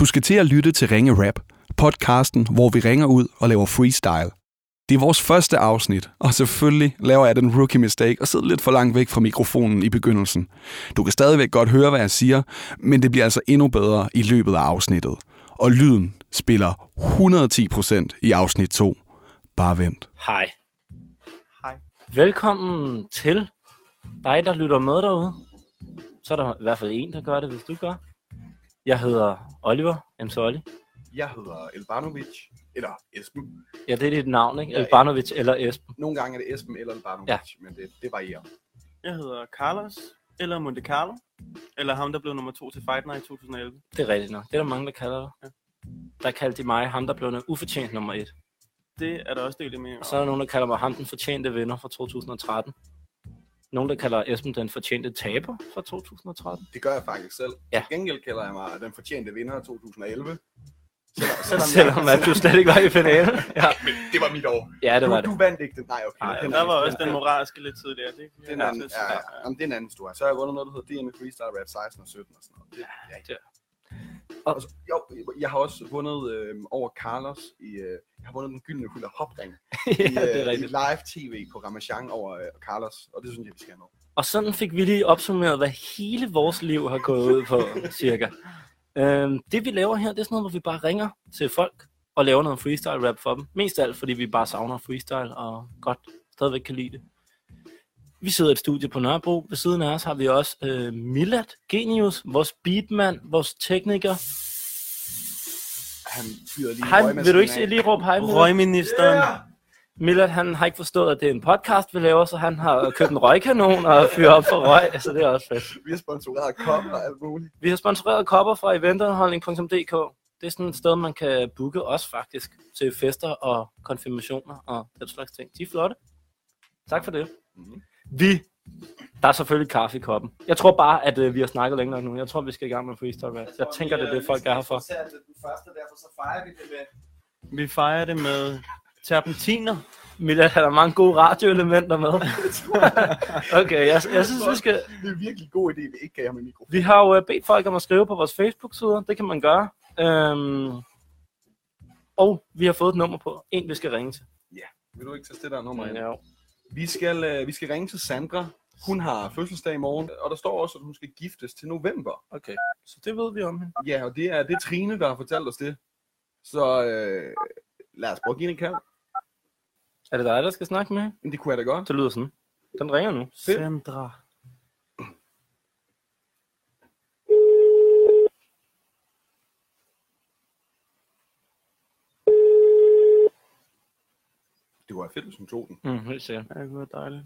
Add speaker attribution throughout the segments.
Speaker 1: Du skal til at lytte til Ringe Rap, podcasten, hvor vi ringer ud og laver freestyle. Det er vores første afsnit, og selvfølgelig laver jeg den rookie mistake og sidder lidt for langt væk fra mikrofonen i begyndelsen. Du kan stadigvæk godt høre, hvad jeg siger, men det bliver altså endnu bedre i løbet af afsnittet. Og lyden spiller 110% i afsnit 2. Bare vent.
Speaker 2: Hej.
Speaker 3: Hej.
Speaker 2: Velkommen til dig, der lytter med derude. Så er der i hvert fald en, der gør det, hvis du gør. Jeg hedder Oliver MC Olli.
Speaker 3: Jeg hedder Elbanovic, eller Esben.
Speaker 2: Ja, det er dit navn, ikke?
Speaker 3: Ja, ja.
Speaker 2: Elbanovic eller Esben.
Speaker 3: Nogle gange er det Esben eller Elbanovic,
Speaker 2: Ja.
Speaker 3: ja. men det, det varierer.
Speaker 4: Jeg hedder Carlos, eller Monte Carlo, eller ham, der blev nummer to til Fight Night i 2011.
Speaker 2: Det er rigtigt nok. Det er der mange, der kalder dig. Der kaldte de mig ham, der blev noget ufortjent nummer et.
Speaker 4: Det er der også delt i mening
Speaker 2: Og
Speaker 4: om.
Speaker 2: så er der nogen, der kalder mig ham, den fortjente vinder fra 2013. Nogen, der kalder Esben den fortjente taber fra 2013.
Speaker 3: Det gør jeg faktisk selv.
Speaker 2: Ja.
Speaker 3: Til gengæld kalder jeg mig den fortjente vinder af 2011. Selvom,
Speaker 2: Selvom at du slet ikke var i finalen. Ja,
Speaker 3: Men det var mit år.
Speaker 2: ja det var
Speaker 3: du,
Speaker 2: det.
Speaker 3: du vandt ikke den. Nej, okay.
Speaker 2: Nej,
Speaker 3: den,
Speaker 4: der var også den moralske lidt tidligere. Det, kan
Speaker 3: den
Speaker 4: jeg
Speaker 3: anden,
Speaker 4: også
Speaker 3: ja, ja.
Speaker 4: sige.
Speaker 3: Jamen, det er en anden historie. Så har jeg vundet noget, der hedder DM i Freestyle Rap 16 og 17 og sådan noget. Det, ja,
Speaker 2: det-
Speaker 3: Og, så- jo, jeg har også vundet øh, over Carlos i, øh, jeg har vundet den gyldne hul af hopring i,
Speaker 2: ja, det er
Speaker 3: øh, i
Speaker 2: rigtigt.
Speaker 3: live tv på Ramachan over øh, Carlos, og det synes jeg, vi skal have med.
Speaker 2: Og sådan fik vi lige opsummeret, hvad hele vores liv har gået ud på, cirka. Øhm, det vi laver her, det er sådan noget, hvor vi bare ringer til folk og laver noget freestyle rap for dem. Mest af alt, fordi vi bare savner freestyle og godt stadigvæk kan lide det. Vi sidder i et studie på Nørrebro. Ved siden af os har vi også øh, Milad Genius, vores beatmand, vores tekniker.
Speaker 3: Han fyrer lige
Speaker 2: Hej,
Speaker 3: røgmasken
Speaker 2: vil du ikke se-
Speaker 3: af.
Speaker 2: lige råbe hej, Milad?
Speaker 4: Røgministeren.
Speaker 2: Milad, han har ikke forstået, at det er en podcast, vi laver, så han har købt en røgkanon og fyrer op for røg, så det er også fedt.
Speaker 3: Vi har sponsoreret kopper og alt muligt.
Speaker 2: Vi har sponsoreret kopper fra eventunderholdning.dk. Det er sådan et sted, man kan booke os faktisk til fester og konfirmationer og den slags ting. De er flotte. Tak for det.
Speaker 3: Mhm.
Speaker 2: Vi. Der er selvfølgelig kaffe i koppen. Jeg tror bare, at øh, vi har snakket længe nok nu. Jeg tror, vi skal i gang med freestyle rap. Jeg tænker, det er det, folk er her for.
Speaker 5: den første, derfor så fejrer vi det med.
Speaker 4: Vi fejrer det med terpentiner.
Speaker 2: Milad, han har mange gode radioelementer med. okay, jeg, jeg synes, vi skal...
Speaker 3: Det er en virkelig god idé, vi ikke gav ham en mikrofon.
Speaker 2: Vi har jo øh, bedt folk om at skrive på vores Facebook-sider. Det kan man gøre. Øhm, og vi har fået et nummer på. En, vi skal ringe til.
Speaker 3: Vil du ikke tage det der nummer ind?
Speaker 2: Ja.
Speaker 3: Vi skal, øh, vi skal ringe til Sandra. Hun har fødselsdag i morgen, og der står også, at hun skal giftes til november.
Speaker 2: Okay, så det ved vi om hende.
Speaker 3: Ja, og det er, det er Trine, der har fortalt os det. Så øh, lad os prøve at give hende en kald.
Speaker 2: Er det dig, der skal snakke med hende?
Speaker 3: Men det kunne jeg da godt.
Speaker 2: Det lyder sådan. Den ringer nu.
Speaker 4: Sandra.
Speaker 3: Det var fedt, hvis hun tog den.
Speaker 2: Mm, helt sikkert.
Speaker 4: Ja, det kunne være dejligt.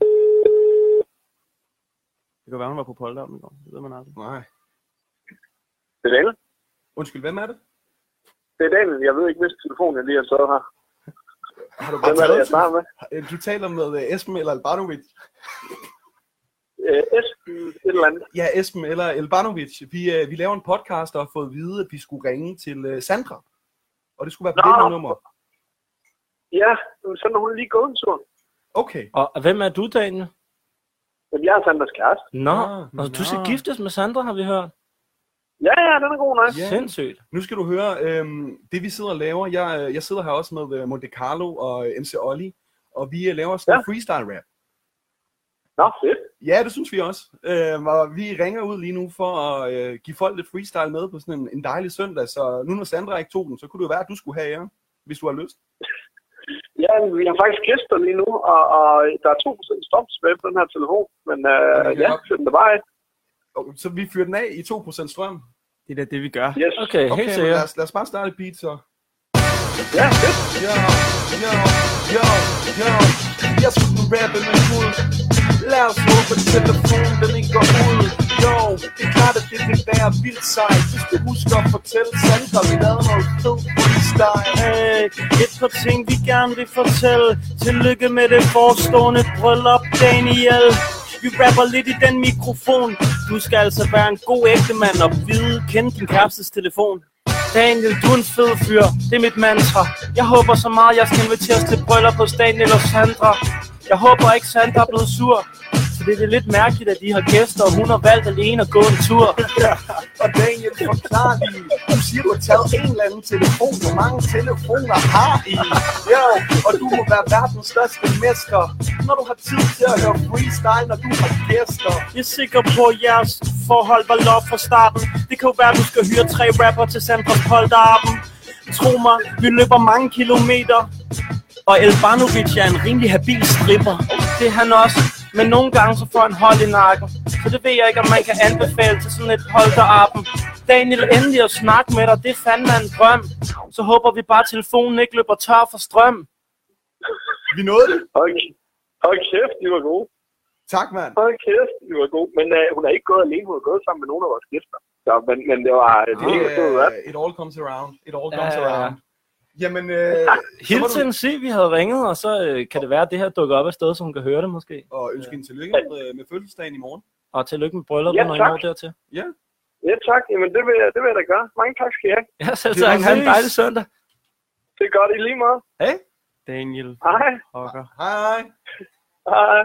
Speaker 4: Det kan være, hun var på Polteren i går. Det ved man aldrig.
Speaker 3: Nej.
Speaker 6: Det er David.
Speaker 3: Undskyld, hvem er det?
Speaker 6: Det er David. Jeg ved ikke, hvis telefonen jeg lige har stået her.
Speaker 3: Har du bare
Speaker 6: Hvem er det,
Speaker 3: taget
Speaker 6: jeg snakker med?
Speaker 3: Øh, Du taler med øh, Esben eller Albanovic.
Speaker 6: Øh, Esben, et eller andet.
Speaker 3: Ja, Esben eller Elbanovic. Vi, øh, vi laver en podcast og har fået at vide, at vi skulle ringe til øh, Sandra. Og det skulle være på
Speaker 6: Nå.
Speaker 3: det her nummer.
Speaker 6: Ja, men så er hun lige gået en tur.
Speaker 3: Okay.
Speaker 2: Og og hvem er du, Daniel?
Speaker 6: Men jeg er Sanders kæreste.
Speaker 2: Nå,
Speaker 3: Ah,
Speaker 2: og du skal
Speaker 4: nå.
Speaker 2: giftes med Sandra, har vi hørt.
Speaker 6: Ja, ja, den er god nok.
Speaker 3: Ja.
Speaker 2: Sindssygt.
Speaker 3: Nu skal du høre, øhm, det vi sidder og laver, jeg, øh, jeg sidder her også med øh, Monte Carlo og øh, MC Olli, og vi øh, laver sådan ja. freestyle rap.
Speaker 6: Nå, fedt.
Speaker 3: Ja, det synes vi også. Øhm, og vi ringer ud lige nu for at øh, give folk lidt freestyle med på sådan en, en dejlig søndag, så nu når Sandra ikke tog den, så kunne det jo være, at du skulle have jer, hvis du har lyst.
Speaker 6: Ja, vi har faktisk gæster lige nu, og, og der er 2% stop tilbage på den her telefon. Men øh,
Speaker 3: Okay,
Speaker 6: ja,
Speaker 3: nok.
Speaker 6: send det bare af.
Speaker 3: Og, så vi fyrer den af i 2% strøm.
Speaker 4: Det er da det, vi gør.
Speaker 6: Yes.
Speaker 2: Okay, helt
Speaker 3: Okay, men lad
Speaker 2: sikkert.
Speaker 3: os, lad os bare starte et beat så.
Speaker 6: Ja, fedt.
Speaker 3: Yo, yo, yo, yo. Jeg skulle rappe med fuld. Lad os håbe, at telefonen den ikke går ud. Yo, det er klart, at det vil være vildt sejt. Hvis du husker at fortælle Sandra, vi lavede noget fed freestyle.
Speaker 4: Øh, et par ting, vi gerne vil fortælle. Tillykke med det forestående bryllup, Daniel. Vi rapper lidt i den mikrofon. Du skal altså være en god ægtemand og vide, kende din kærestes telefon. Daniel, du er en fed fyr. Det er mit mantra. Jeg håber så meget, jeg skal inviteres til bryllup hos Daniel og Sandra. Jeg håber ikke, Sandra er blevet sur. Så det er lidt mærkeligt, at de har gæster, og hun har valgt alene at gå en tur.
Speaker 7: Og Daniel, forklar lige. Du siger, du har taget en eller anden telefon. Hvor mange telefoner har I? Jo, og du må være verdens største mester, når du har tid til at høre freestyle, når du har gæster.
Speaker 4: Jeg er sikker på, at jeres forhold var lov fra starten. Det kan jo være, at du skal hyre tre rapper til Sandra Polterappen. Tro mig, vi løber mange kilometer. Og Elbanovic er en rimelig habil stripper. Det er han også. Men nogle gange så får han hold i nakken. Så det ved jeg ikke, om man kan anbefale til sådan et Polterappen. Daniel, endelig at snakke med dig, det er fandme en drøm. Så håber vi bare, at telefonen ikke løber tør for strøm.
Speaker 7: Vi nåede det.
Speaker 6: Hold, hold kæft, de var gode.
Speaker 7: Tak, mand.
Speaker 6: Hold kæft, de var gode. Men øh, hun er ikke gået alene, hun er gået sammen med nogle af vores gæster. Så, men, men det var øh, det var helt fed rap.
Speaker 3: uh,
Speaker 7: it all comes around. It all comes
Speaker 2: Ja, ja, ja.
Speaker 7: around. Jamen, øh, så må
Speaker 2: Helt til
Speaker 7: du-
Speaker 2: en sig, vi havde ringet, og så øh, kan det være, at det her dukker op af sted, så hun kan høre det måske.
Speaker 3: Og ønske hende tillykke med, øh, med fødselsdagen i morgen.
Speaker 2: Og tillykke med brylluppet,
Speaker 6: Ja,
Speaker 2: når I
Speaker 6: tak.
Speaker 2: når dertil.
Speaker 6: Ja, tak. Jamen, det vil, jeg, det vil jeg da gøre. Mange tak skal I have.
Speaker 2: Ja, selv
Speaker 3: Det var
Speaker 2: tak. Ha' en
Speaker 3: nice.
Speaker 2: dejlig søndag.
Speaker 6: Det er godt i lige meget.
Speaker 2: Daniel
Speaker 6: Hej.
Speaker 2: Hocker.
Speaker 3: Hej.
Speaker 6: Hej.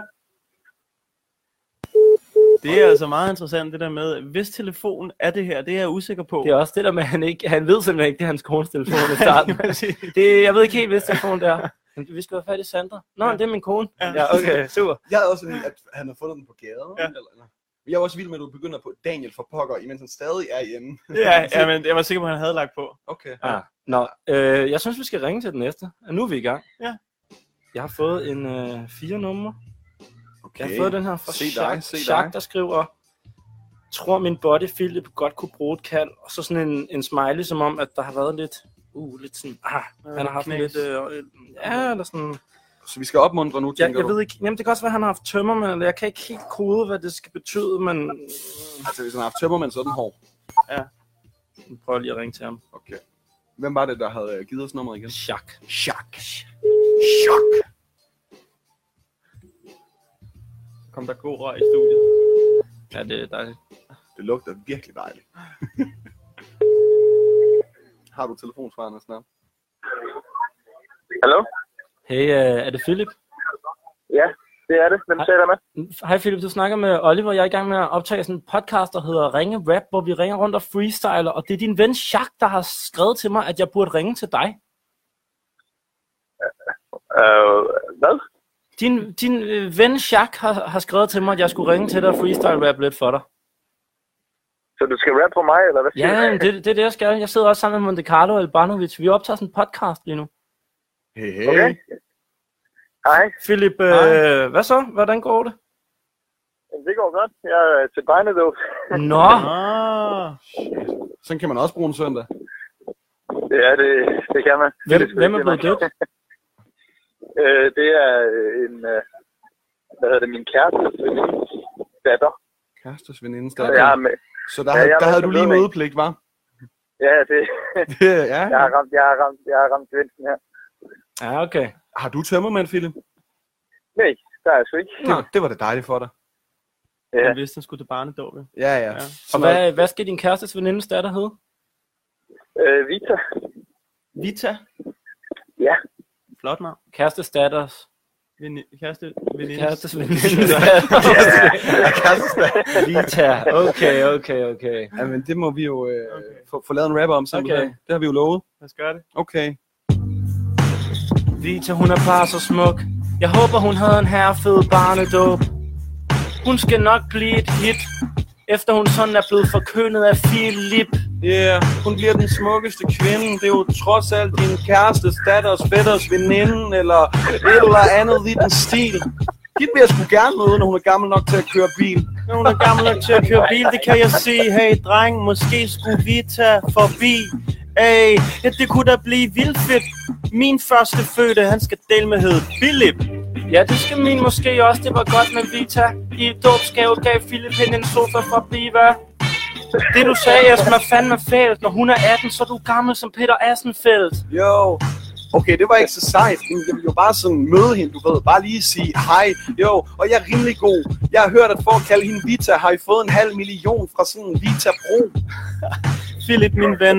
Speaker 4: Det er altså meget interessant det der med, hvis telefonen er det her, det er jeg usikker på.
Speaker 2: Det er også det der med, at han, ikke, han ved simpelthen ikke, det er hans kones telefon i starten. det, jeg ved ikke helt, hvis telefon det er. Vi skal have fat i Sandra. Nå, det er min kone. Ja, okay, super.
Speaker 3: Jeg havde også sådan, at han havde fundet den på gaden.
Speaker 4: Ja.
Speaker 3: Ja. Eller, eller. Jeg var også vild med, at du begynder på Daniel for pokker, imens han stadig er hjemme.
Speaker 4: ja, ja, men jeg var sikker på, at han havde lagt på.
Speaker 3: Okay.
Speaker 2: Ja. Nå, øh, jeg synes, vi skal ringe til den næste. Og nu er vi i gang.
Speaker 4: Ja.
Speaker 2: Jeg har fået en øh, fire numre. Okay. Jeg har fået den her fra
Speaker 3: Se dig,
Speaker 2: Jacques,
Speaker 3: se dig.
Speaker 2: Jacques, der skriver, tror min body Philip godt kunne bruge et kald, og så sådan en, en smiley, som om, at der har været lidt, uh, lidt sådan, ah, han har haft
Speaker 4: knas.
Speaker 2: lidt, øh, øh, ja, eller sådan,
Speaker 3: Så vi skal opmuntre nu,
Speaker 2: jeg,
Speaker 3: tænker
Speaker 2: jeg
Speaker 3: du?
Speaker 2: ved ikke, jamen det kan også være, at han har haft tømmer, men eller jeg kan ikke helt kode, hvad det skal betyde, men øh,
Speaker 3: Altså, hvis han har haft tømmermænd, så er den hård.
Speaker 2: nu prøver jeg lige at ringe til ham.
Speaker 3: Okay. Hvem var det, der havde øh, givet os nummeret igen?
Speaker 2: Jacques.
Speaker 3: Jacques. Jacques.
Speaker 4: Kom der god røg i studiet.
Speaker 2: Ja, det er dejligt.
Speaker 3: Det lugter virkelig dejligt. har du telefonsvarende snart?
Speaker 6: Hallo?
Speaker 2: Hey, øh, er det Philip?
Speaker 6: Ja, det er det. Hvem
Speaker 2: Hej.
Speaker 6: sagde der med?
Speaker 2: Hej Philip, du snakker med Oliver. Jeg er i gang med at optage sådan en podcast, der hedder Ringe Rap, hvor vi ringer rundt og freestyler. Og det er din ven Jacques, der har skrevet til mig, at jeg burde ringe til dig.
Speaker 6: Øh, hvad?
Speaker 2: Din, din øh, ven Jacques har, har skrevet til mig, at jeg skulle ringe til dig og freestyle rap lidt for dig.
Speaker 6: Så du skal rappe på mig, eller hvad? siger
Speaker 2: Ja,
Speaker 6: du?
Speaker 2: men det, det er det, jeg skal. Jeg sidder også sammen med Monte Carlo og Albanovic. Vi optager sådan en podcast lige nu.
Speaker 3: Hey, hey.
Speaker 6: Okay. Hej.
Speaker 2: Philip, øh, hvad så? Hvordan går det?
Speaker 6: Jamen, Det går godt. Jeg er til Bejnedåb.
Speaker 2: Nå,
Speaker 4: Ah,
Speaker 3: Sådan kan man også bruge en søndag.
Speaker 6: Ja, det, det kan man.
Speaker 2: hvem,
Speaker 6: Det sgu
Speaker 2: hvem er
Speaker 6: ikke
Speaker 2: blevet
Speaker 6: det, man-
Speaker 2: døbt?
Speaker 6: Øh, det er øh, en... øh, Hvad hedder det? Min kæreste. Datter.
Speaker 3: Kærestes venindes
Speaker 6: Okay. Jeg er med.
Speaker 3: Så der,
Speaker 6: Ja,
Speaker 3: havde,
Speaker 6: jeg er
Speaker 3: der havde du
Speaker 6: blevet
Speaker 3: lige
Speaker 6: væk.
Speaker 3: mødepligt, var?
Speaker 6: Ja, det,
Speaker 3: ja.
Speaker 6: jeg har ramt, jeg har ramt, jeg har ramt vinden her.
Speaker 2: Ja, okay.
Speaker 3: Har du tømmermænd, Philip?
Speaker 6: Nej, der er jeg sgu ikke.
Speaker 3: Det, det var da dejligt for dig.
Speaker 6: Ja.
Speaker 4: han vidste, han skulle til barnedåbet.
Speaker 3: Ja, ja.
Speaker 4: Ja.
Speaker 3: ja.
Speaker 2: Og hvad, hvad skal din kærestes venindes datter hedde?
Speaker 6: Øh, Vita.
Speaker 4: Vita.
Speaker 6: Ja.
Speaker 4: Flot navn.
Speaker 2: Kærestes datters.
Speaker 4: Veni- kæreste, veninde.
Speaker 2: Kærestes venindes datter. Vita. Okay, okay, okay.
Speaker 3: Ja, men det må vi jo øh,
Speaker 4: Okay.
Speaker 3: okay. få, få lavet en rap om simpelthen.
Speaker 2: Okay.
Speaker 3: Okay. Det har vi jo lovet.
Speaker 4: Lad os gøre det.
Speaker 3: Okay.
Speaker 2: Vita, hun er bare så smuk. Jeg håber, hun havde en her fed barnedåb. Hun skal nok blive et hit, efter hun sådan er blevet forkyndet af Philip.
Speaker 3: Yeah, hun bliver den smukkeste kvinde. Det er jo trods alt din kærestes, datters, fætters, veninde eller et eller andet i den stil. Det vil jeg sgu gerne møde, når hun er gammel nok til at køre bil.
Speaker 4: Nu er hun er gammel nok til at køre bil, det kan jeg se. Hey dreng, måske skulle vi tage forbi. Hey, ja, det kunne da blive vildt fedt. Min første fødte, han skal dele med hed Philip.
Speaker 2: Ja, det skal min måske også. Det var godt med Vita. I et dåbsgave gav Philip hende en sofa fra Biva. Det du sagde, Esben, er fandme fælt. Når hun er 18, så er du gammel som Peter Assenfeldt.
Speaker 3: Jo. Okay, det var ikke så sejt. men Jeg ville jo bare sådan møde hende, du ved. Bare lige sige hej. Jo, og jeg er rimelig god. Jeg har hørt, at for at kalde hende Vita, har I fået en halv million fra sådan en Vita Pro.
Speaker 4: Philip, min ven.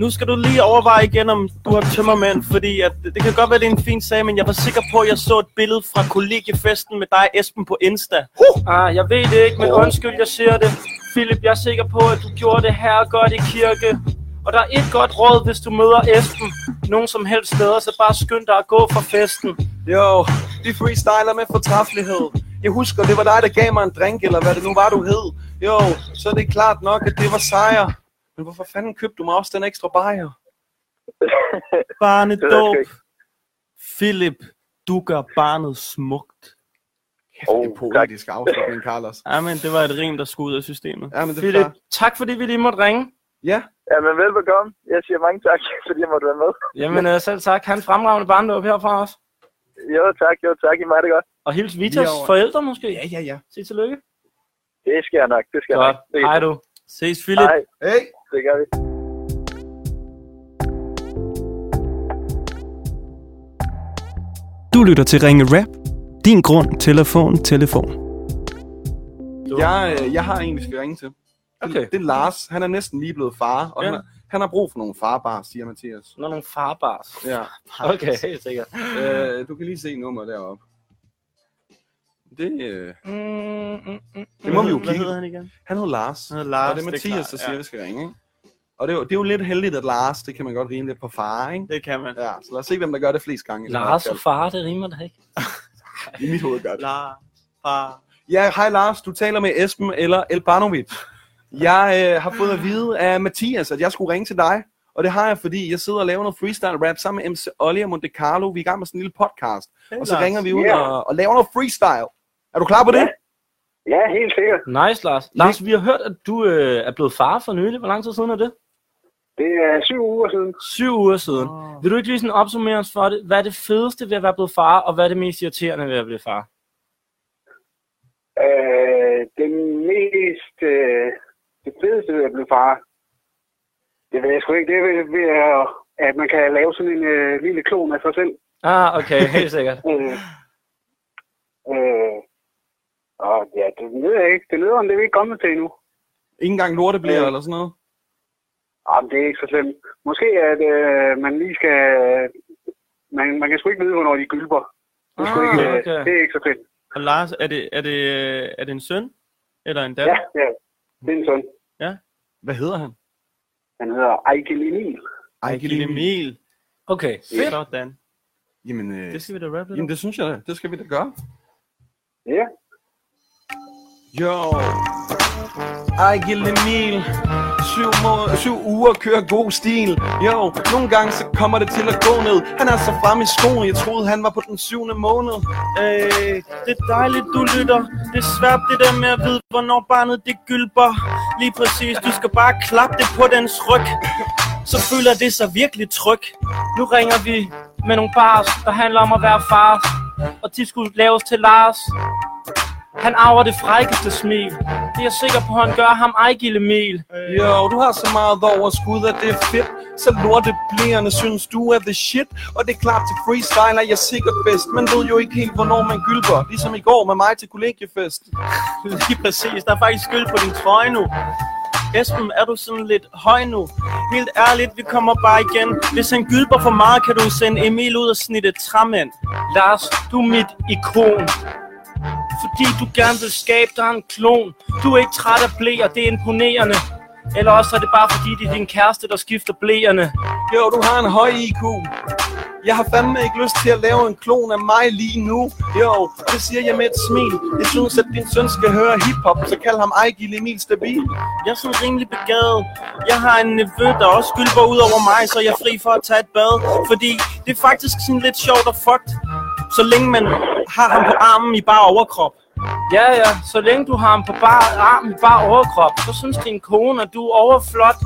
Speaker 4: nu skal du lige overveje igen, om du har tømmermænd, fordi at, det kan godt være, det er en fin sag, men jeg var sikker på, at jeg så et billede fra kollegiefesten med dig og Esben på Insta. Uh! Ah, jeg ved det ikke, men undskyld, jeg siger det. Philip, jeg er sikker på, at du gjorde det her godt i kirke. Og der er et godt råd, hvis du møder Esben nogen som helst steder, så bare skynd dig at gå fra festen.
Speaker 3: Jo, de freestyler med fortræffelighed. Jeg husker, det var dig, der gav mig en drink, eller hvad det nu var, du hed. Jo, så er det klart nok, at det var sejr. Men hvorfor fanden købte du mig også den ekstra bajer?
Speaker 4: Barnet
Speaker 6: Det ved jeg sgu
Speaker 4: dåb.
Speaker 6: ikke.
Speaker 4: Philip, du gør barnet smukt.
Speaker 6: Oh,
Speaker 1: Det er poetisk afslutning, Carlos.
Speaker 4: Jamen, det var et rim, der skulle ud af systemet.
Speaker 3: Ja, men det er
Speaker 4: Philip,
Speaker 3: fair.
Speaker 4: tak fordi vi lige måtte ringe.
Speaker 3: Ja,
Speaker 6: Ja, men velbekomme. Jeg siger mange tak, fordi jeg måtte være med.
Speaker 4: Jamen, øh, selv tak. Han fremragende barndåb her fra os.
Speaker 6: Jo, tak. Jo, tak. I mig det godt.
Speaker 4: Og hils Vitas forældre måske. Ja, ja, ja. Sig tillykke.
Speaker 6: Det skal jeg nok. Det skal jeg
Speaker 4: Godt.
Speaker 6: nok. Det-
Speaker 4: Hej du. Ses, Philip.
Speaker 6: Hej.
Speaker 3: hey.
Speaker 6: Det gør vi.
Speaker 8: Du lytter til Ringe Rap. Din grund, telefon, telefon.
Speaker 3: Jeg, øh, jeg har en, vi skal ringe til.
Speaker 2: Okay.
Speaker 3: Det, det er Lars. Han er næsten lige blevet far, og
Speaker 2: Ja.
Speaker 3: ja. han, har, han har brug for nogle farbar, siger Mathias.
Speaker 2: Sådan er nogle farbars.
Speaker 3: Ja.
Speaker 2: Okay, helt sikkert.
Speaker 3: Øh, du kan lige se nummeret deroppe. Det, øh,
Speaker 2: Mm,
Speaker 3: det må vi jo
Speaker 4: Hvad hedder
Speaker 3: kigge.
Speaker 4: han igen?
Speaker 3: Han hedder Lars.
Speaker 4: Han hedder Lars,
Speaker 3: og det er
Speaker 4: det er
Speaker 3: Mathias,
Speaker 4: klart,
Speaker 3: der
Speaker 4: ja.
Speaker 3: siger, at vi skal ringe. Ikke? Og det er, jo, det er jo lidt heldigt, at Lars, det kan man godt rime lidt på far, ikke?
Speaker 4: Det kan man.
Speaker 3: Ja, så lad os se, hvem der gør det flest gange. i sådan
Speaker 2: Lars
Speaker 3: et
Speaker 2: og far, det rimer da ikke.
Speaker 3: opkald. I mit hoved gør det.
Speaker 4: Lars, far.
Speaker 3: Ja, hej Lars, du taler med Esben eller Elbanovic. Jeg øh, har fået at vide af Mathias, at jeg skulle ringe til dig. Og det har jeg, fordi jeg sidder og laver noget freestyle rap sammen med MC Olli og Monte Carlo. Vi er i gang med sådan en lille podcast.
Speaker 4: Hey,
Speaker 3: og så
Speaker 4: Lars.
Speaker 3: ringer vi ud
Speaker 6: Ja.
Speaker 3: og, og laver noget freestyle. Er du klar på det?
Speaker 6: Ja. Ja, helt sikkert.
Speaker 2: Nice, Lars. Lars, vi har hørt, at du øh, er blevet far for nylig. Hvor lang tid siden er det?
Speaker 6: Det er syv uger siden.
Speaker 2: Syv uger siden. Oh. Vil du ikke lige sådan opsummere os for det? Hvad er det fedeste ved at være blevet far, og hvad er det mest irriterende ved at blive far?
Speaker 6: Øh, det mest... Øh, det fedeste ved at blive far, det ved jeg sgu ikke. Det er ved- ved, at- at man kan lave sådan en øh, lille klon af sig selv.
Speaker 2: Ah, okay, helt sikkert.
Speaker 6: Øh, øh, og ja, det ved jeg ikke. Det lyder, om det er vi ikke kommet til endnu.
Speaker 3: Ingen gang lorte bliver
Speaker 6: Ja.
Speaker 3: eller sådan noget?
Speaker 6: Jamen, Ah, det er ikke så slemt. Måske at øh, man lige skal... Man, man kan sgu ikke vide, hvornår de gylper. Det er, sgu
Speaker 2: Ah,
Speaker 6: ikke, øh,
Speaker 2: okay.
Speaker 6: det er ikke så fedt.
Speaker 4: Og Lars, er det, er det, øh, er det en søn? Eller en
Speaker 6: Ja,
Speaker 4: datter?
Speaker 6: ja. Det er en søn.
Speaker 3: Hvad hedder han?
Speaker 6: Han hedder Ejkel Emil.
Speaker 3: Ej,
Speaker 4: Lille Emil.
Speaker 2: Okay, fedt.
Speaker 4: Sådan.
Speaker 3: Jamen, øh,
Speaker 4: Det skal vi da rappe lidt
Speaker 3: jamen,
Speaker 4: om.
Speaker 3: det synes jeg da. Det skal vi da gøre.
Speaker 6: Ja.
Speaker 3: Jo. Ej, Gilde Emil. Syv, må- syv uger kører god stil. Jo, nogle gange så kommer det til at gå ned. Han er så frem i skoen, jeg troede han var på den syvende måned.
Speaker 4: Øh, det er dejligt, du lytter. Det er svært det der med at vide, hvornår barnet det gylper. Lige præcis, du skal bare klappe det på dens ryg. Så føler det sig virkelig tryg.
Speaker 2: Nu ringer vi med nogle bars, der handler om at være fars. Og de skulle laves til Lars. Han arver det frækkeste smil. Det er jeg sikker på, han gør ham ejgilde mil.
Speaker 3: Jo, du har så meget overskud, at det er fedt. Så lorte blærende synes du er the shit. Og det er klart til freestyle er jeg sikkert bedst. Man ved jo ikke helt, hvornår man gylper. Ligesom i går med mig til kollegiefest.
Speaker 4: Lige præcis, der er faktisk skyld på din trøje nu. Esben, er du sådan lidt høj nu? Helt ærligt, vi kommer bare igen. Hvis han gylper for meget, kan du sende Emil ud og snitte træmænd.
Speaker 2: Lars, du er mit ikon. Fordi du gerne vil skabe dig en klon. Du er ikke træt af blæer, det er imponerende. Eller også er det bare fordi, det er din kæreste, der skifter blæerne.
Speaker 3: Jo, du har en høj IQ. Jeg har fandme ikke lyst til at lave en klon af mig lige nu. Jo, det siger jeg med et smil. Jeg synes, at din søn skal høre hiphop, så kald ham Ejgil Emil Stabil.
Speaker 4: Jeg er sådan rimelig begavet. Jeg har en nevø, der også skylper ud over mig, så jeg er fri for at tage et bad. Fordi det er faktisk sådan lidt sjovt og fucked, så længe man har ham på armen i bare overkrop.
Speaker 2: Ja, ja, så længe du har ham på bar, armen bare overkrop, så synes din kone, at du er overflot.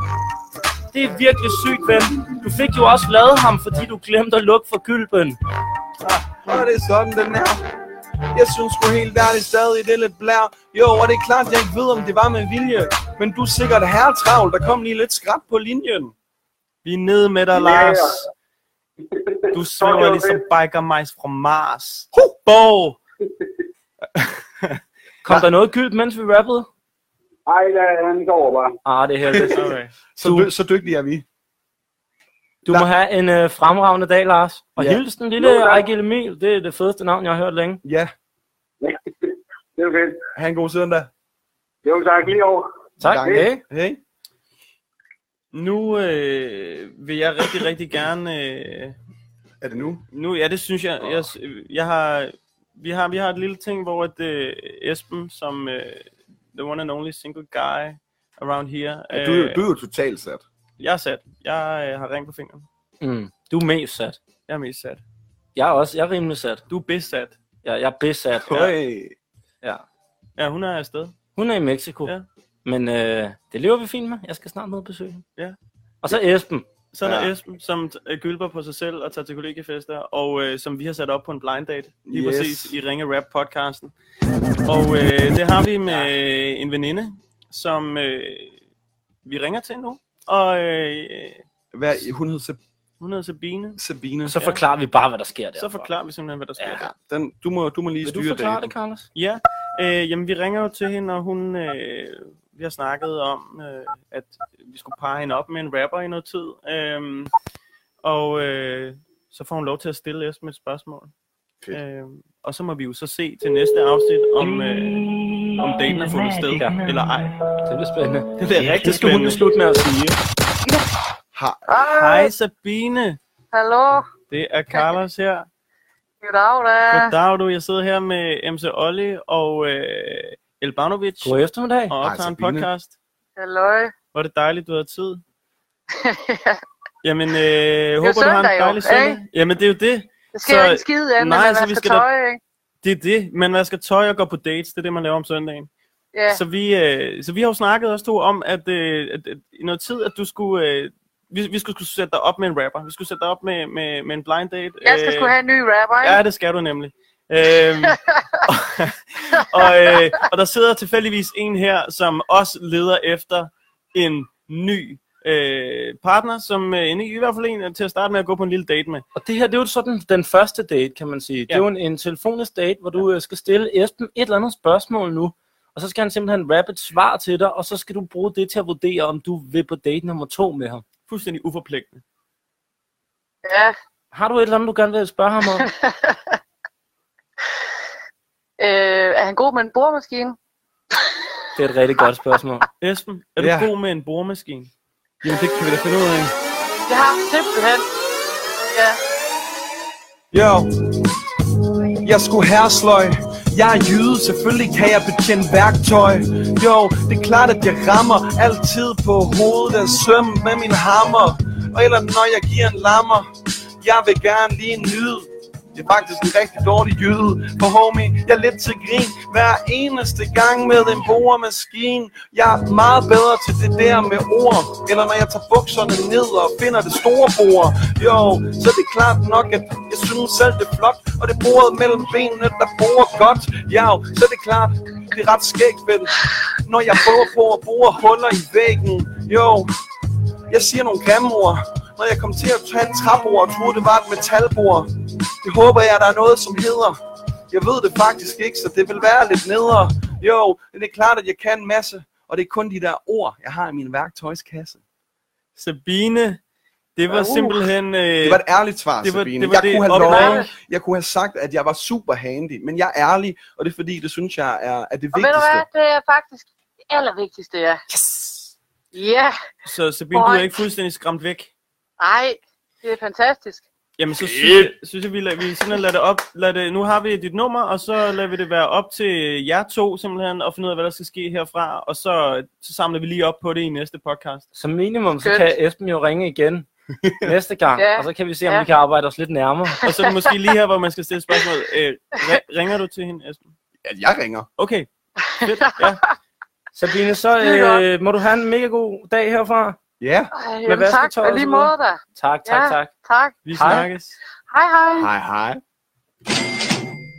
Speaker 2: Det er virkelig sygt, ven. Du fik jo også lavet ham, fordi du glemte at lukke for gylpen.
Speaker 3: Og det Ah, er sådan, den er. Jeg synes sgu helt ærligt stadig, det er lidt blær. Jo, og det er klart, jeg ikke ved, om det var med vilje. Men du er sikkert herretravl, der kom lige lidt skrab på linjen.
Speaker 4: Vi er nede med dig, Lars. Du svæver ligesom biker mice fra Mars. Bo!
Speaker 2: Kom der noget gylp, mens vi rappede?
Speaker 6: Ej, der, han går bare.
Speaker 2: Ah, det er heldigt.
Speaker 4: Sorry.
Speaker 3: Så,
Speaker 2: Du-
Speaker 3: dy- så dygtige er vi.
Speaker 2: Du må have en øh, fremragende dag, Lars. Og
Speaker 3: Ja.
Speaker 2: ja. hils den lille
Speaker 6: Jo, tak.
Speaker 2: Ejgil Emil. Det er det fedeste navn, jeg har hørt længe.
Speaker 3: Ja,
Speaker 6: Det er fedt.
Speaker 3: have en god søndag.
Speaker 6: Jo, tak. Lige over.
Speaker 2: Tak.
Speaker 3: Tak.
Speaker 2: Hej.
Speaker 3: Hej.
Speaker 4: Nu øh, vil jeg rigtig, rigtig gerne... Øh,
Speaker 3: Er det nu?
Speaker 4: nu, ja, det synes jeg. Jeg, jeg har, vi, har, vi har et lille ting, hvor at, øh, Esben, som øh, the one and only single guy around here... øh,
Speaker 3: Ja, du, er jo- du er jo totalt sat.
Speaker 4: Jeg er sat. Jeg øh, har ring på fingeren.
Speaker 2: Mm. Du er mest sat.
Speaker 4: Jeg er mest sat.
Speaker 2: Jeg er også. Jeg er rimelig sat.
Speaker 4: Du er besat.
Speaker 2: Jeg, jeg er besat.
Speaker 3: Høj.
Speaker 2: Ja.
Speaker 4: Ja, hun er afsted.
Speaker 2: Hun er i Mexico.
Speaker 4: Ja.
Speaker 2: Ja. Men øh, det lever vi fint med. Jeg skal snart ned og besøge hende.
Speaker 4: Ja.
Speaker 2: Og så Esben.
Speaker 4: Så er der
Speaker 3: Ja.
Speaker 4: Esben, som t- øh, gylper på sig selv og tager til kollegiefester, og øh, som vi har sat op på en blind date, lige
Speaker 3: Yes.
Speaker 4: yes. præcis i Ringe Rap podcasten. Og øh, det har vi med øh, en veninde, som øh, vi ringer til nu, og øh,
Speaker 3: Hvad, hun hed Sab-
Speaker 4: hun hedder Sabine.
Speaker 3: Sabine.
Speaker 2: Så forklarer vi bare, hvad der sker der.
Speaker 4: Så forklarer vi simpelthen, hvad der sker.
Speaker 2: Ja.
Speaker 4: Ja.
Speaker 3: Den, du, må, du må lige
Speaker 2: Vil du
Speaker 3: styre
Speaker 2: forklare det,
Speaker 3: daten.
Speaker 2: Carlos?
Speaker 4: Ja, øh, jamen vi ringer jo til hende, og hun, øh, vi har snakket om, øh, at vi skulle pare hende op med en rapper i noget tid. Øh, og øh, så får hun lov til at stille Esben et spørgsmål.
Speaker 3: Fedt.
Speaker 4: Øh, og så må vi jo så se til næste afsnit, om, øh, om daten er fundet sted
Speaker 2: Ja.
Speaker 4: eller ej.
Speaker 2: Det bliver spændende.
Speaker 4: Det bliver rigtig
Speaker 2: Det skal hun
Speaker 4: spændende.
Speaker 2: beslutte med at sige.
Speaker 4: Hej Sabine,
Speaker 9: Ah, Hallo,
Speaker 4: det er Carlos her.
Speaker 9: goddag da.
Speaker 4: Goddag du, jeg sidder her med MC Olli og øh, Elbanovic
Speaker 2: God eftermiddag.
Speaker 4: og optager en
Speaker 3: Sabine.
Speaker 4: podcast.
Speaker 9: Halløj.
Speaker 4: Hvor er det dejligt, du har tid.
Speaker 9: ja,
Speaker 4: Jamen, øh, håber du har
Speaker 9: søndag
Speaker 4: en
Speaker 9: jo,
Speaker 4: dejlig søndag. Jamen, det er jo det.
Speaker 9: det sker
Speaker 4: Så-
Speaker 9: så, ikke en skid andet,
Speaker 4: nej,
Speaker 9: nej, end
Speaker 4: så
Speaker 9: at
Speaker 4: vi
Speaker 9: vaske
Speaker 4: skal da-
Speaker 9: tøj, ikke?
Speaker 4: Det er det. Man vasker tøj og går på dates. Det er det, man laver om søndagen.
Speaker 9: Ja,
Speaker 4: Så, vi, øh, så vi har jo snakket også to om, at, øh, at, at i noget tid, at du skulle... Øh, vi, vi skulle, skulle sætte dig op med en rapper. Vi skulle sætte dig op med, med, med en blind date. Øh,
Speaker 9: jeg skal sgu have en ny rapper, ikke?
Speaker 4: Ja, det skal du nemlig. Øhm, og, og, øh, og der sidder tilfældigvis en her, som også leder efter en ny øh, partner, som øh, i hvert fald en øh, til at starte med at gå på en lille date med.
Speaker 2: Og det her, det er jo sådan den første date, kan man sige. Ja. Det er jo en, en telefonisk date, hvor du øh, skal stille Esben et eller andet spørgsmål nu, og så skal han simpelthen rappe et svar til dig, og så skal du bruge det til at vurdere, om du vil på date nummer to med ham.
Speaker 4: Fuldstændig uforpligtende.
Speaker 9: ja.
Speaker 2: Har du et eller andet, du gerne vil spørge ham om?
Speaker 9: Øh, er han god med en boremaskine?
Speaker 2: Det er et rigtig godt spørgsmål.
Speaker 4: Esben, er du
Speaker 3: Ja.
Speaker 4: ja. god med en boremaskine?
Speaker 3: Jamen, det kan vi da finde ud af.
Speaker 9: Jeg har simpelthen. Ja,
Speaker 3: Jo, jeg skulle hersløj. Jeg er jyde, selvfølgelig kan jeg betjene værktøj. Jo, det er klart, at jeg rammer altid på hovedet af søm med min hammer. Og ellers når jeg giver en lammer, jeg vil gerne lige nyde. Det er faktisk en rigtig dårlig jyde For homie, jeg er lidt til grin Hver eneste gang med en boremaskine Jeg er meget bedre til det der med ord Eller når jeg tager bukserne ned og finder det store bord Jo, så er det klart nok, at jeg synes selv det er flot Og det er bordet mellem benene, der borer godt Ja, så er det klart, det er ret skægt vel Når jeg prøver på at bore huller i væggen Jo, jeg siger nogle grimme ord, når jeg kom til at tage en træbord og troede, det var et metalbord. Det håber jeg, der er noget, som hedder. Jeg ved det faktisk ikke, så det vil være lidt nedere. Jo, men det er klart, at jeg kan en masse, og det er kun de der ord, jeg har i min værktøjskasse.
Speaker 4: Sabine, det
Speaker 3: Ja,
Speaker 4: var ja,
Speaker 3: uh.
Speaker 4: uh. simpelthen... Øh,
Speaker 3: Det var et ærligt svar,
Speaker 4: det var-
Speaker 3: Sabine.
Speaker 4: det var
Speaker 3: jeg,
Speaker 4: det
Speaker 3: kunne have
Speaker 4: oprindelige.
Speaker 3: lovet, jeg kunne have sagt, at jeg var super handy, men jeg er ærlig, og det er fordi, det synes jeg er, er det
Speaker 9: og ved du
Speaker 3: vigtigste.
Speaker 9: hvad, det er faktisk det allervigtigste, ja. Yes! Ja,
Speaker 4: Så Sabine, du er
Speaker 9: Oj.
Speaker 4: ikke fuldstændig skræmt væk.
Speaker 9: nej, det er fantastisk.
Speaker 4: Jamen, så synes jeg, synes jeg vi, lader, vi simpelthen lader det op. Lad det, nu har vi dit nummer, og så lader vi det være op til jer to simpelthen, og finde ud af, hvad der skal ske herfra. Og så, så samler vi lige op på det i næste podcast.
Speaker 2: Som minimum, så
Speaker 9: Skønt.
Speaker 2: kan Esben jo ringe igen næste gang,
Speaker 9: Ja.
Speaker 2: og så kan vi se, om
Speaker 9: Ja.
Speaker 2: vi kan arbejde os lidt nærmere.
Speaker 4: Og så er det måske lige her, hvor man skal stille spørgsmål. Øh, ri- ringer du til hende, Esben?
Speaker 3: At jeg ringer.
Speaker 4: Okay. Fedt, ja.
Speaker 2: Sabine, så
Speaker 9: Det er godt.
Speaker 2: øh, må du have en mega god dag herfra.
Speaker 3: Ja.
Speaker 9: Ej,
Speaker 2: Med
Speaker 9: jamen, tak,
Speaker 2: vasketøj og
Speaker 9: og
Speaker 2: så
Speaker 9: lige
Speaker 2: videre.
Speaker 9: måde da.
Speaker 2: Tak, tak,
Speaker 9: Ja.
Speaker 2: tak.
Speaker 9: Tak.
Speaker 4: Vi
Speaker 2: Hej.
Speaker 4: snakkes.
Speaker 9: Hej, hej.
Speaker 3: Hej, hej.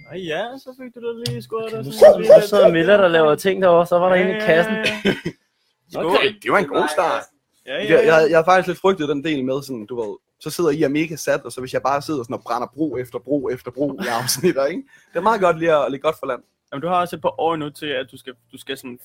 Speaker 4: Og ja, så fik du det lige skudt. og sådan
Speaker 2: Så sidder Miller, der laver ting derovre, så var der en i kassen.
Speaker 4: Ja, ja, ja.
Speaker 2: Okay.
Speaker 3: Det var en god start.
Speaker 4: Ja, ja,
Speaker 3: Jeg,
Speaker 4: ja.
Speaker 3: jeg, jeg har faktisk lidt frygtet den del med, sådan, du ved, så sidder I og er mega sat, og så hvis jeg bare sidder sådan og brænder bro efter bro efter bro i afsnitter, ikke? Det er meget godt lige at ligge godt for land.
Speaker 4: Jamen, du har også et par år nu til, at du skal, du skal sådan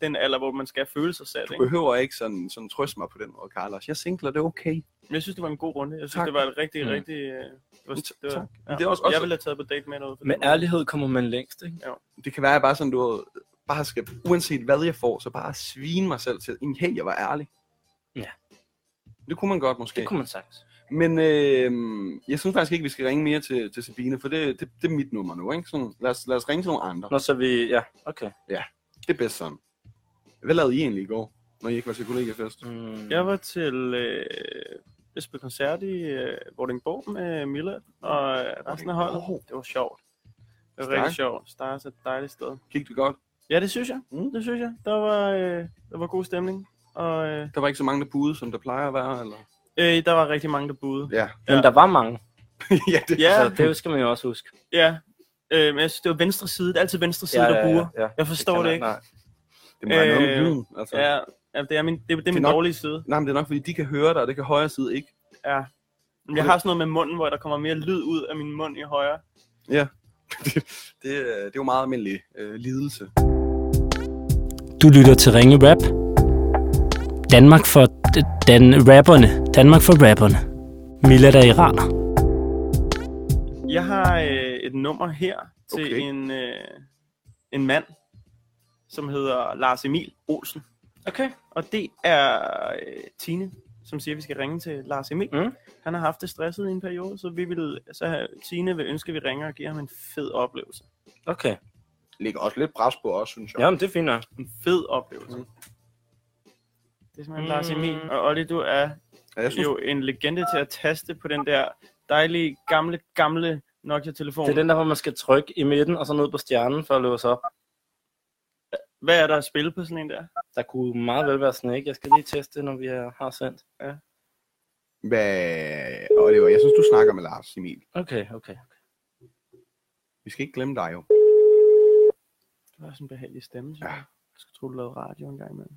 Speaker 4: den alder, hvor man skal føle sig sat.
Speaker 3: Du behøver ikke sådan, sådan trøste mig på den måde, Carlos. Jeg singler, det er okay.
Speaker 4: Men jeg synes, det var en god runde. Jeg synes,
Speaker 3: Tak.
Speaker 4: det var et rigtig,
Speaker 3: Mm.
Speaker 4: mm. rigtig... øh, Det var, det var,
Speaker 3: Tak.
Speaker 4: Ja.
Speaker 3: Men det er også- også-
Speaker 4: Jeg ville have taget på date med noget.
Speaker 2: Med ærlighed kommer man længst, ikke?
Speaker 3: Det kan være, at jeg bare sådan, du ved, bare skal, uanset hvad jeg får, så bare svine mig selv til, "Jamen, hey, jeg var ærlig.
Speaker 2: Ja.
Speaker 3: Det kunne man godt måske.
Speaker 2: Det kunne man sagtens.
Speaker 3: Men øh, jeg synes faktisk ikke, vi skal ringe mere til, til Sabine, for det, det, det er mit nummer nu. Ikke? Sådan, lad, os, lad os ringe til nogle andre.
Speaker 2: Nå, så vi... Ja, okay.
Speaker 3: Det er bedst sådan. Hvad lavede I egentlig i går, når I ikke var til kollegafest?
Speaker 2: Mm.
Speaker 4: Jeg var til... Øh, jeg spillede koncert i øh, Vordingborg med Milla og øh, resten af holdet. Det var sjovt. Det var
Speaker 3: Stærkt.
Speaker 4: rigtig sjovt. Stars er et dejligt sted.
Speaker 3: Gik det godt?
Speaker 4: Ja, det synes jeg.
Speaker 3: Mm.
Speaker 4: Det synes jeg. Der var, øh, der var god stemning. Og øh,
Speaker 3: Der var ikke så mange, der pude, som der plejer at være? Eller?
Speaker 4: øh, der var rigtig mange, der buede.
Speaker 3: Ja.
Speaker 2: Men der var mange.
Speaker 3: ja, det,
Speaker 4: Ja,
Speaker 2: Så det skal man jo også huske.
Speaker 4: ja. Øh, men jeg synes, det var venstre side. Det er altid venstre side, der buer.
Speaker 2: ja.
Speaker 4: Jeg forstår det,
Speaker 2: kan
Speaker 4: ikke.
Speaker 2: man- nej.
Speaker 3: det må være noget
Speaker 4: Øh,
Speaker 3: med lyden. Altså.
Speaker 4: Ja, ja, det er min, det, det er min
Speaker 3: nok-
Speaker 4: dårlige side.
Speaker 3: Nej, men det er nok, fordi de kan høre dig, og det kan højre side ikke.
Speaker 4: Ja. Men Jeg har sådan noget med munden, hvor der kommer mere lyd ud af min mund i højre.
Speaker 3: Det, øh, det er jo meget almindelig øh, lidelse.
Speaker 10: Du lytter til Ringe Rap. Danmark for d- dan rapperne. Danmark for rapperne. Milla der er iraner.
Speaker 4: Jeg har øh, et nummer her til
Speaker 3: Okay.
Speaker 4: en, øh, en mand, som hedder Lars Emil Olsen.
Speaker 2: Okay.
Speaker 4: Og det er øh, Tine, som siger, at vi skal ringe til Lars Emil.
Speaker 2: Mm.
Speaker 4: Han har haft det stresset i en periode, så, vi vil, så har- Tine vil ønske, at vi ringer og giver ham en fed oplevelse.
Speaker 2: Okay.
Speaker 3: Ligger også lidt pres på os, synes jeg.
Speaker 2: Jamen, det er fint nok.
Speaker 4: En fed oplevelse.
Speaker 3: Mm.
Speaker 4: Det er simpelthen
Speaker 2: Mm.
Speaker 4: Lars Emil. Og Olli, du er
Speaker 3: Ja, jeg synes,
Speaker 4: jo en legende til at taste på den der dejlige, gamle, gamle Nokia-telefon.
Speaker 2: Det er den der, hvor man skal trykke i midten og så ned på stjernen for at løse op.
Speaker 4: Hvad er der at spille på sådan en der?
Speaker 2: Der kunne meget vel være snake. Jeg skal lige teste det, når vi øh, har sendt.
Speaker 3: hvad... Oliver, jeg synes, du snakker med Lars Emil.
Speaker 2: Okay, okay.
Speaker 3: Vi skal ikke glemme dig jo.
Speaker 4: Det var sådan en behagelig stemme, synes
Speaker 3: Ja.
Speaker 4: jeg. Jeg skulle tro, du lavede radio en gang imellem.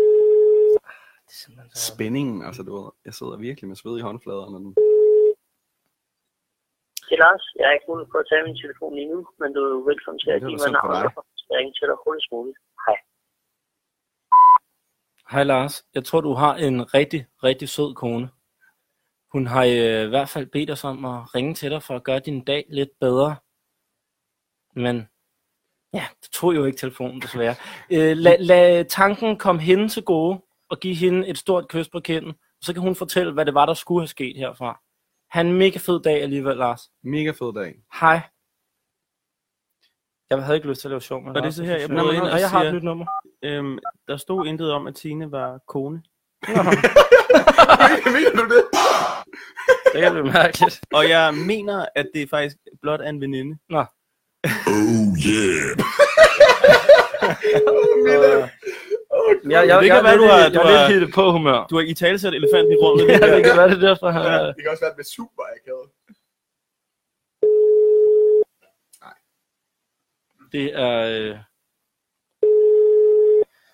Speaker 2: Det er simpelthen så...
Speaker 3: Spændingen, altså du ved, jeg sidder virkelig med sved i håndfladerne. nu.
Speaker 6: Det er Lars. Jeg er ikke mulig for at tage min telefon lige nu, men du er jo velkommen til
Speaker 3: Ja,
Speaker 6: at
Speaker 3: det er
Speaker 6: give
Speaker 3: da
Speaker 6: mig
Speaker 3: synd for
Speaker 6: navn,
Speaker 3: dig.
Speaker 6: og så skal jeg ringe til dig hurtigst muligt. Hej.
Speaker 2: Hej Lars, jeg tror du har en rigtig, rigtig sød kone. Hun har øh, i hvert fald bedt os om at ringe til dig for at gøre din dag lidt bedre. Men ja, du tog jo ikke telefonen desværre. Øh, lad, lad tanken komme hende til gode og give hende et stort kys på kinden. Så kan hun fortælle, hvad det var, der skulle have sket herfra. Han en mega fed dag alligevel, Lars.
Speaker 3: Mega fed dag.
Speaker 2: Hej. Jeg havde ikke lyst til at lave sjov med
Speaker 4: Og det er
Speaker 2: Lars,
Speaker 4: så her, jeg
Speaker 2: synes,
Speaker 4: bryder
Speaker 2: Nå,
Speaker 4: ind
Speaker 2: nå,
Speaker 4: og
Speaker 2: jeg har et
Speaker 4: siger-
Speaker 2: nyt nummer.
Speaker 4: Øhm, der stod intet om, at Tine var kone.
Speaker 3: Mener du det?
Speaker 2: Det kan blive mærkeligt.
Speaker 4: Og jeg mener, at det faktisk blot er en veninde.
Speaker 2: Nå. Jeg, jeg,
Speaker 4: Det kan
Speaker 2: jeg,
Speaker 4: være,
Speaker 2: jeg,
Speaker 4: du har-
Speaker 2: jeg,
Speaker 4: du
Speaker 2: jeg er
Speaker 4: har-
Speaker 2: lidt hittet på humør.
Speaker 4: Du har i tale sat elefanten i rummet.
Speaker 2: Ja, det kan være, det er derfor.
Speaker 4: Ja.
Speaker 2: Han,
Speaker 3: Det kan også være, at det er super akavet.
Speaker 2: det er... Øh...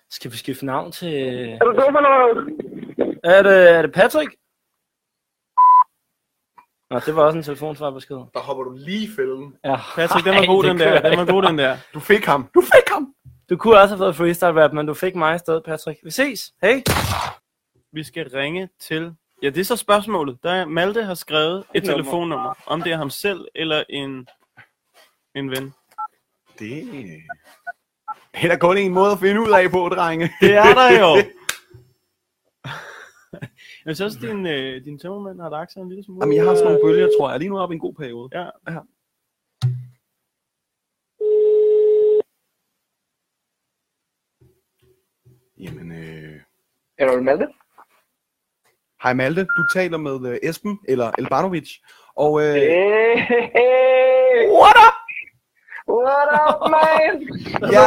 Speaker 2: Skal vi skifte navn til...
Speaker 11: Er du god for noget?
Speaker 2: Er det, er det Patrick? Nå, det var også en telefonsvarbesked.
Speaker 3: Der hopper du lige i fælden.
Speaker 2: Ja.
Speaker 4: Patrick, den var god,
Speaker 2: Ej,
Speaker 4: den
Speaker 2: det
Speaker 4: der.
Speaker 2: kører
Speaker 4: Den var god, den der.
Speaker 3: Du fik ham. Du fik ham.
Speaker 2: Du kunne også have fået freestyle rap, men du fik mig i stedet, Patrick. Vi ses. Hey.
Speaker 4: Vi skal ringe til... Ja, det er så spørgsmålet. Der er, Malte har skrevet et,
Speaker 2: nummer.
Speaker 4: telefonnummer. Om det er ham selv eller en, en ven.
Speaker 3: Det... Det er der kun en måde at finde ud af på, drenge.
Speaker 4: Det er der jo! Jeg synes også, din, øh, din tømmermand har lagt sig en lille smule.
Speaker 3: Jamen, jeg har sådan nogle bølger, tror jeg. Lige nu er jeg oppe i en god periode.
Speaker 4: Ja.
Speaker 3: Jamen, øh...
Speaker 11: Er du med det?
Speaker 3: Hej Malte, du taler med øh, Esben, eller Elbanovic. Og øh,
Speaker 11: Hey, hey, hey.
Speaker 3: What up?
Speaker 11: What up, man?
Speaker 3: Ja,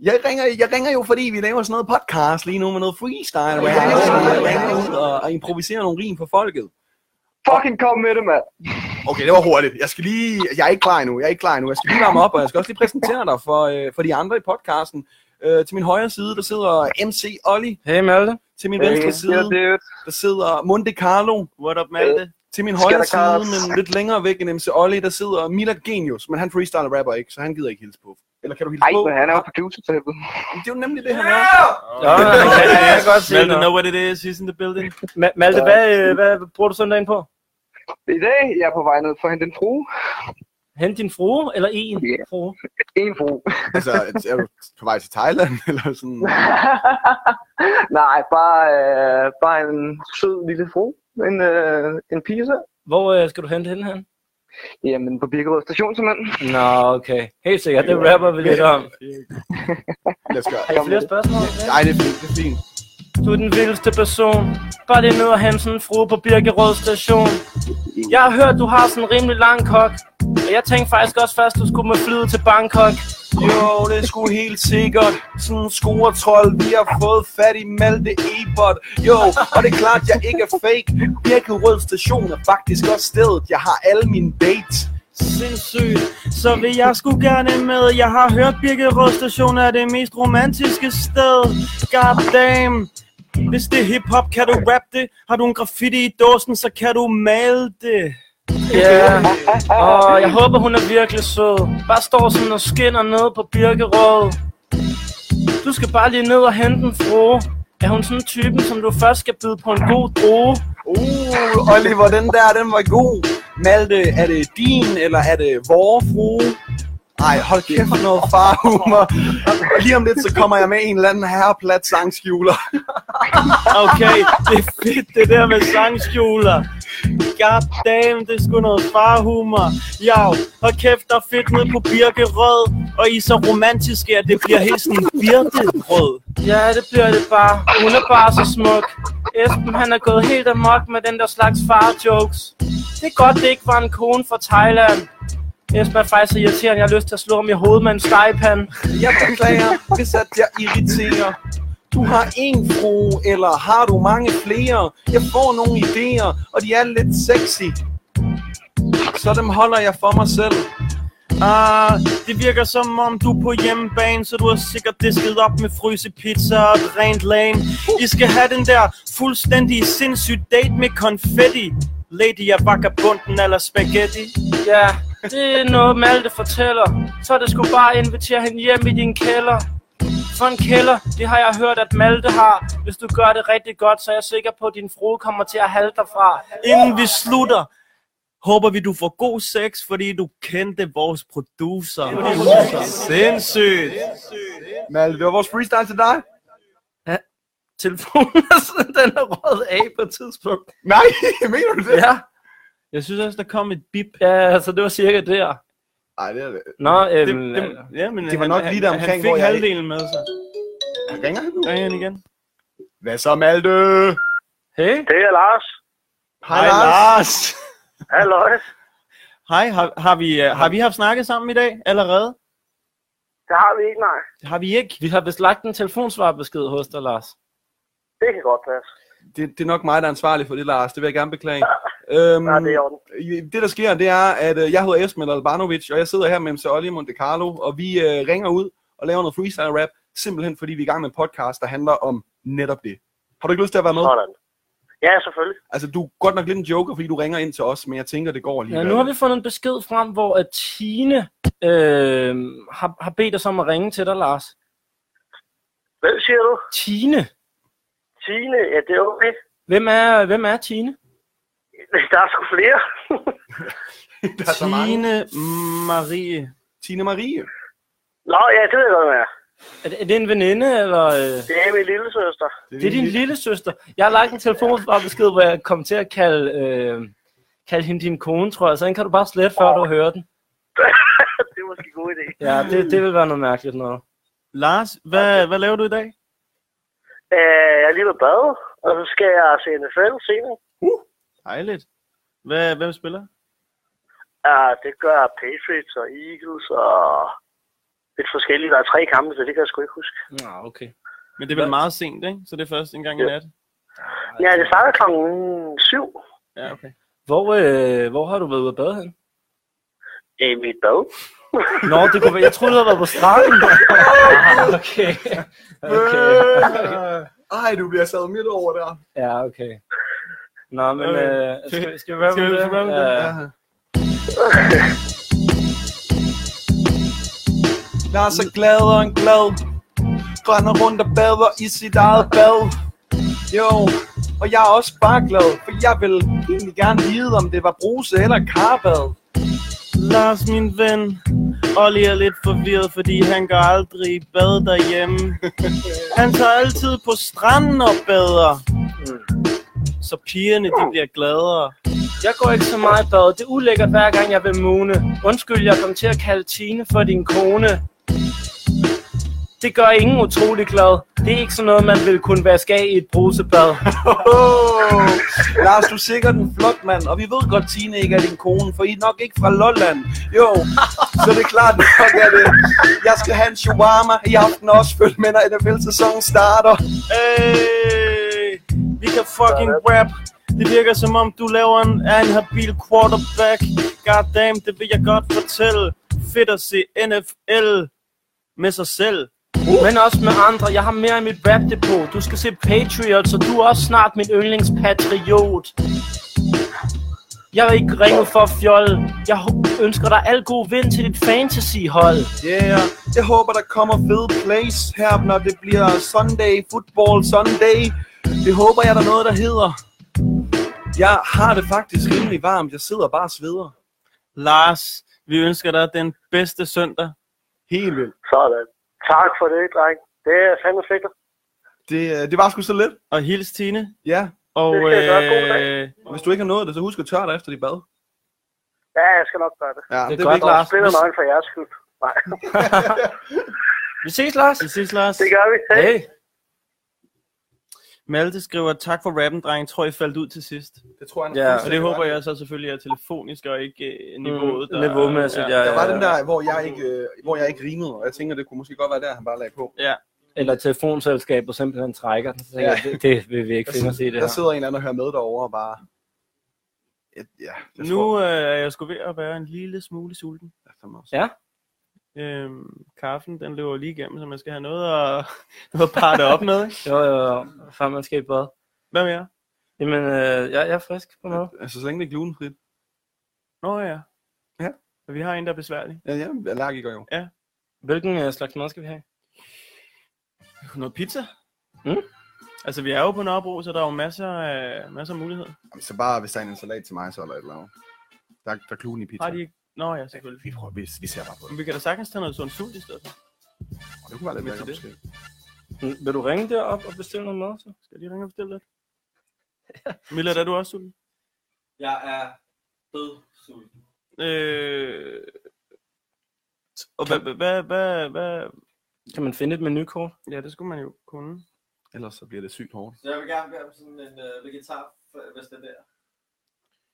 Speaker 3: jeg, ringer, jeg ringer jo, fordi vi laver sådan noget podcast lige nu med noget freestyle. Hvor jeg, ringer ud og, og improviserer nogle rim for folket.
Speaker 11: Fucking kom med det, mand.
Speaker 3: Okay, det var hurtigt. Jeg skal lige... Jeg er ikke klar endnu. Jeg er ikke klar endnu. Jeg skal lige varme op, og jeg skal også lige præsentere dig for, øh, for de andre i podcasten. Øh, til min højre side, der sidder MC Olli.
Speaker 2: Hey, Malte.
Speaker 3: Til min venstre side,
Speaker 11: dude.
Speaker 3: der sidder Monte Carlo.
Speaker 4: What up, Malte?
Speaker 3: til min højre side,
Speaker 6: Skattekarret.
Speaker 3: men lidt længere væk end MC Olli, der sidder Mila Genius, men han freestyler rapper ikke, så han gider ikke hilse på. Eller kan du hilse
Speaker 6: Ej,
Speaker 3: på?
Speaker 6: men han er jo producer til helvede.
Speaker 3: Det er jo nemlig det, han er.
Speaker 2: Ja, jeg kan godt se
Speaker 12: Malte,
Speaker 2: det.
Speaker 12: know what it is, he's in the building.
Speaker 2: Ma- Malte, hvad, øh, hvad bruger du søndagen på?
Speaker 6: I dag jeg er på vej ned for at hente en frue.
Speaker 2: Hent din frue, eller en yeah. frue?
Speaker 6: En frue.
Speaker 3: altså, er du på vej til Thailand, eller sådan?
Speaker 6: Nej, bare, øh, bare en sød lille fru. En, øh, en pige så.
Speaker 2: Hvor øh, skal du hente hende hen?
Speaker 6: Jamen, på Birkerød station simpelthen.
Speaker 2: Nå, okay. Helt sikkert, det rapper vi lidt om.
Speaker 3: Lad os gøre
Speaker 2: Har I flere spørgsmål?
Speaker 3: Nej, det er fint, det er fint.
Speaker 2: Du er den vildeste person. Bare lige ned og hente sådan en frue på Birkerød station. Jeg har hørt, du har sådan en rimelig lang kok. Og jeg tænkte faktisk også først, du skulle med flyet til Bangkok.
Speaker 3: Jo, det er sgu helt sikkert. Sådan en scoretroll, vi har fået fat i Malte Ebert. Jo, og det er klart, jeg ikke er fake. Birkerød station er faktisk også stedet. Jeg har alle mine dates.
Speaker 4: Sindssygt. Så vil jeg sgu gerne med. Jeg har hørt Birkerød station er det mest romantiske sted. God damn. Hvis det er hiphop, kan du rap det. Har du en graffiti i dåsen, så kan du male det.
Speaker 2: Ja, yeah. og jeg håber, hun er virkelig sød. Bare står sådan og skinner ned på Birkerød. Du skal bare lige ned og hente en frue. Er hun sådan en typen, som du først skal byde på en god droge?
Speaker 3: Uh, Oliver, den der, den var god. Malte, er det din, eller er det vores frue? Ej, hold kæft for noget farhumor. Og lige om lidt, så kommer jeg med en eller anden herreplat sangskjuler.
Speaker 4: Okay, det er fedt det der med sangskjuler. God damn, det er sgu noget farhumor. Ja, og kæft, der er fedt ned på Birkerød. Og I er så romantiske, at det bliver helt sådan Birkerød.
Speaker 2: Ja, det bliver det bare. Hun er bare så smuk. Esben, han er gået helt amok med den der slags far-jokes. Det er godt, det ikke var en kone fra Thailand. Esben er faktisk så irriterende. Jeg har lyst til at slå ham i hovedet med en stegpan.
Speaker 3: Jeg beklager, hvis at jeg irriterer. Du har én frue, eller har du mange flere? Jeg får nogle idéer, og de er lidt sexy. Så dem holder jeg for mig selv.
Speaker 4: Ah, det virker som om du er på hjemmebane, så du har sikkert disket op med frysepizza og et rent lame. I skal have den der fuldstændig sindssyg date med konfetti. Lady er vagabunden eller spaghetti.
Speaker 2: Ja, det er noget Malte fortæller. Så er det sgu bare at invitere hende hjem i din kælder. For en kælder, det har jeg hørt, at Malte har. Hvis du gør det rigtig godt, så er jeg sikker på, at din frue kommer til at halte dig fra.
Speaker 4: Inden vi slutter, håber vi, du får god sex, fordi du kendte vores producer. Sindssygt!
Speaker 3: Mal, det var vores freestyle til dig.
Speaker 2: Telefonen er sådan, den er røget af på et tidspunkt.
Speaker 3: Nej, mener du det?
Speaker 2: Ja,
Speaker 12: Jeg synes også, der kom et bip.
Speaker 2: ja så det var cirka der.
Speaker 3: Nej, det er det.
Speaker 2: Nå,
Speaker 12: Det,
Speaker 2: øhm,
Speaker 12: det, ja, men
Speaker 3: Det var nok
Speaker 12: han,
Speaker 3: lige der
Speaker 12: han-
Speaker 3: omkring,
Speaker 12: han
Speaker 3: hvor
Speaker 12: fik
Speaker 3: jeg-
Speaker 12: halvdelen med sig.
Speaker 3: Ringer han nu?
Speaker 12: Ringer han igen?
Speaker 3: Hvad så, Malte?
Speaker 2: hey.
Speaker 6: Det er Lars.
Speaker 3: Hej, Lars.
Speaker 6: Hallo.
Speaker 12: Hej, har, har, vi, øh, har vi haft snakket sammen i dag allerede?
Speaker 6: Det har vi ikke, nej.
Speaker 12: Det har vi ikke.
Speaker 2: Vi har vist lagt en telefonsvarbesked hos dig, Lars.
Speaker 6: Det kan godt passe.
Speaker 3: Det, det er nok mig, der er ansvarlig for det, Lars. Det vil jeg gerne beklage. Øhm,
Speaker 6: Nej, det er i orden.
Speaker 3: det, der sker, det er, at øh, jeg hedder Esben Albanovic, og jeg sidder her med MC Olli i Monte Carlo, og vi øh, ringer ud og laver noget freestyle rap, simpelthen fordi vi er i gang med en podcast, der handler om netop det. Har du ikke lyst til at være med?
Speaker 6: Sådan. Ja, selvfølgelig.
Speaker 3: Altså, du er godt nok lidt en joker, fordi du ringer ind til os, men jeg tænker, det går lige.
Speaker 2: Ja, nu har vi fundet en besked frem, hvor at Tine øh, har, har bedt os om at ringe til dig, Lars.
Speaker 6: Hvem siger du?
Speaker 2: Tine?
Speaker 6: Tine? Ja, det er okay.
Speaker 2: Hvem er, hvem er Tine?
Speaker 6: Der er sgu flere.
Speaker 3: Der er så mange.
Speaker 12: Tine Marie.
Speaker 3: Tine Marie.
Speaker 6: Nå, ja, det ved jeg godt, hvad er.
Speaker 2: Er det, er det en veninde, eller... Øh,
Speaker 6: Det er min lille søster.
Speaker 2: det er din lille søster. Jeg har lagt en telefonsvarbesked, hvor jeg kom til at kalde, øh, kalde hende din kone, tror jeg. Så den kan du bare slette, før du hører den.
Speaker 6: det er måske en god idé.
Speaker 2: Ja, det, det vil være noget mærkeligt noget.
Speaker 12: Lars, hvad, hvad laver du i dag?
Speaker 6: Øh, jeg er lige ved bade, og så skal jeg se NFL senere.
Speaker 12: Dejligt. Hvad, hvem spiller?
Speaker 6: Ja, det gør Patriots og Eagles og lidt forskellige. Der er tre kampe, så det kan jeg sgu ikke huske.
Speaker 2: Nå, okay.
Speaker 12: Men det er vel
Speaker 2: Hvad?
Speaker 12: meget sent, ikke? Så det er først en gang i
Speaker 6: Jo.
Speaker 12: nat.
Speaker 6: Ja, det starter klokken 7
Speaker 12: Ja, okay.
Speaker 2: Hvor, øh, hvor har du været ude at bade hen?
Speaker 6: i mit bad.
Speaker 2: Nå, det kunne være. Jeg troede, du havde været på stranden. okay. okay.
Speaker 3: Ej, du bliver sad midt over der.
Speaker 2: Ja, okay. Nå, men
Speaker 12: Okay.
Speaker 2: øh, skal, skal vi Øh, rappe
Speaker 12: Skal
Speaker 2: med
Speaker 12: vi
Speaker 2: det?
Speaker 12: rappe med det?
Speaker 2: Ja.
Speaker 3: Lars er glad og en glad Render rundt og bader i sit eget bad Jo, og jeg er også bare glad For jeg vil egentlig gerne vide, om det var bruse eller karbad
Speaker 4: Lars, min ven, Olli er lidt forvirret, fordi han går aldrig i bad derhjemme. Han tager altid på stranden og bader.
Speaker 3: Mm.
Speaker 2: Så pigerne, de bliver gladere. Jeg går ikke så meget i bad. Det er ulækkert, hver gang jeg vil mune. Undskyld, jeg kom til at kalde Tine for din kone. Det gør ingen utrolig glad. Det er ikke sådan noget, man vil kunne vaske af i et brusebad.
Speaker 3: oh, Lars, du er sikkert en flot mand Og vi ved godt, Tine ikke er din kone For I er nok ikke fra Lolland Jo, så det er klart nok er det Jeg skal have en shawarma i aften også Følg med, når NFL-sæsonen starter
Speaker 4: Hey, vi kan fucking rap. Det virker som om, du laver en, er en habil quarterback. God damn, det vil jeg godt fortælle. Fedt at se NFL med sig selv.
Speaker 2: Uh. Men også med andre. Jeg har mere i mit rap depot. Du skal se Patriot, så du er også snart min yndlingspatriot. Jeg er ikke ringet for fjol. Jeg ho- ønsker dig al god vind til dit fantasy-hold.
Speaker 3: Yeah, jeg håber, der kommer fede plays her, når det bliver Sunday, Football Sunday. Det håber jeg, der er noget, der hedder. Jeg har det faktisk rimelig varmt. Jeg sidder bare og sveder.
Speaker 4: Lars, vi ønsker dig den bedste søndag.
Speaker 3: Helt vildt.
Speaker 6: Sådan. Tak for det, dreng. Det er fandme fedt.
Speaker 3: Det, det var sgu så lidt.
Speaker 4: Og hils Tine.
Speaker 3: Ja.
Speaker 4: Og
Speaker 6: Det skal jeg gøre. God dag.
Speaker 4: øh,
Speaker 3: hvis du ikke har nået det, så husk at tørre dig efter dit bad.
Speaker 6: Ja, jeg skal nok gøre det.
Speaker 3: Ja, Det er det er godt, vigtigt. Lars.
Speaker 6: Jeg spiller nøgen for jeres skyld. Nej.
Speaker 4: vi ses, Lars. Vi ses, Lars.
Speaker 6: Det gør vi. Hej.
Speaker 4: Hey. Malte skriver, tak for rappen, dreng. Tror, I faldt ud til sidst.
Speaker 3: Det tror jeg, han er
Speaker 4: ja, og det
Speaker 3: fuldstændig
Speaker 4: håber
Speaker 3: ret i.
Speaker 4: jeg så selvfølgelig er telefonisk og ikke øh, niveauet.
Speaker 2: Mm, niveaumæssigt, ja,
Speaker 3: Der var den der, hvor jeg ikke, øh, hvor jeg ikke rimede, og jeg tænker, det kunne måske godt være der, han bare lagde på.
Speaker 4: Ja.
Speaker 2: Eller telefonselskabet simpelthen trækker den. Så tænker
Speaker 3: Ja.
Speaker 2: jeg, det, det vil vi ikke finde os i det
Speaker 3: Der
Speaker 2: her.
Speaker 3: sidder en eller anden og hører med derovre og bare... Ja, jeg
Speaker 4: Nu øh, er jeg sgu ved at være en lille smule sulten.
Speaker 2: Ja.
Speaker 4: Øhm, kaffen, den løber lige igennem, så man skal have noget at, noget at parte op med. ikke?
Speaker 2: Jo, jo, jo. Før man skal i bad.
Speaker 4: Hvad med jer?
Speaker 2: Jamen, øh, jeg, jeg er frisk på noget.
Speaker 3: Altså, så længe det er glutenfrit.
Speaker 4: Nå ja.
Speaker 3: Ja.
Speaker 4: Og vi har en, der er besværlig.
Speaker 3: Ja, ja, allergiker jo.
Speaker 4: Ja.
Speaker 2: Hvilken øh, slags mad skal vi have?
Speaker 4: Noget pizza?
Speaker 2: Mm?
Speaker 4: Altså, vi er jo på Nørrebro, så der er jo masser af, masser af muligheder.
Speaker 3: Jamen, så bare, hvis der er en salat til mig, så eller et eller andet. Der, der er kluden i pizza.
Speaker 4: Har de ikke? Nå ja, selvfølgelig.
Speaker 3: Vi prøver, vi, vi ser bare på det.
Speaker 4: Men vi kan da sagtens tage noget sundt sult i stedet for.
Speaker 3: Og det kunne være lidt
Speaker 4: Med
Speaker 3: mere
Speaker 4: til
Speaker 3: det.
Speaker 2: Mm, Vil du ringe derop og bestille noget mad? Så?
Speaker 4: Skal jeg lige ringe og bestille lidt? Milla, er du også sulten?
Speaker 2: Jeg er død sulten.
Speaker 4: Øh... Og hvad, hvad, hvad, hvad, hvad...
Speaker 2: Kan man finde et menukort?
Speaker 4: Ja, det skulle man jo kunne.
Speaker 3: Ellers så bliver det sygt hårdt.
Speaker 13: Så jeg vil gerne bede om sådan en øh, vegetar, hvis det er der.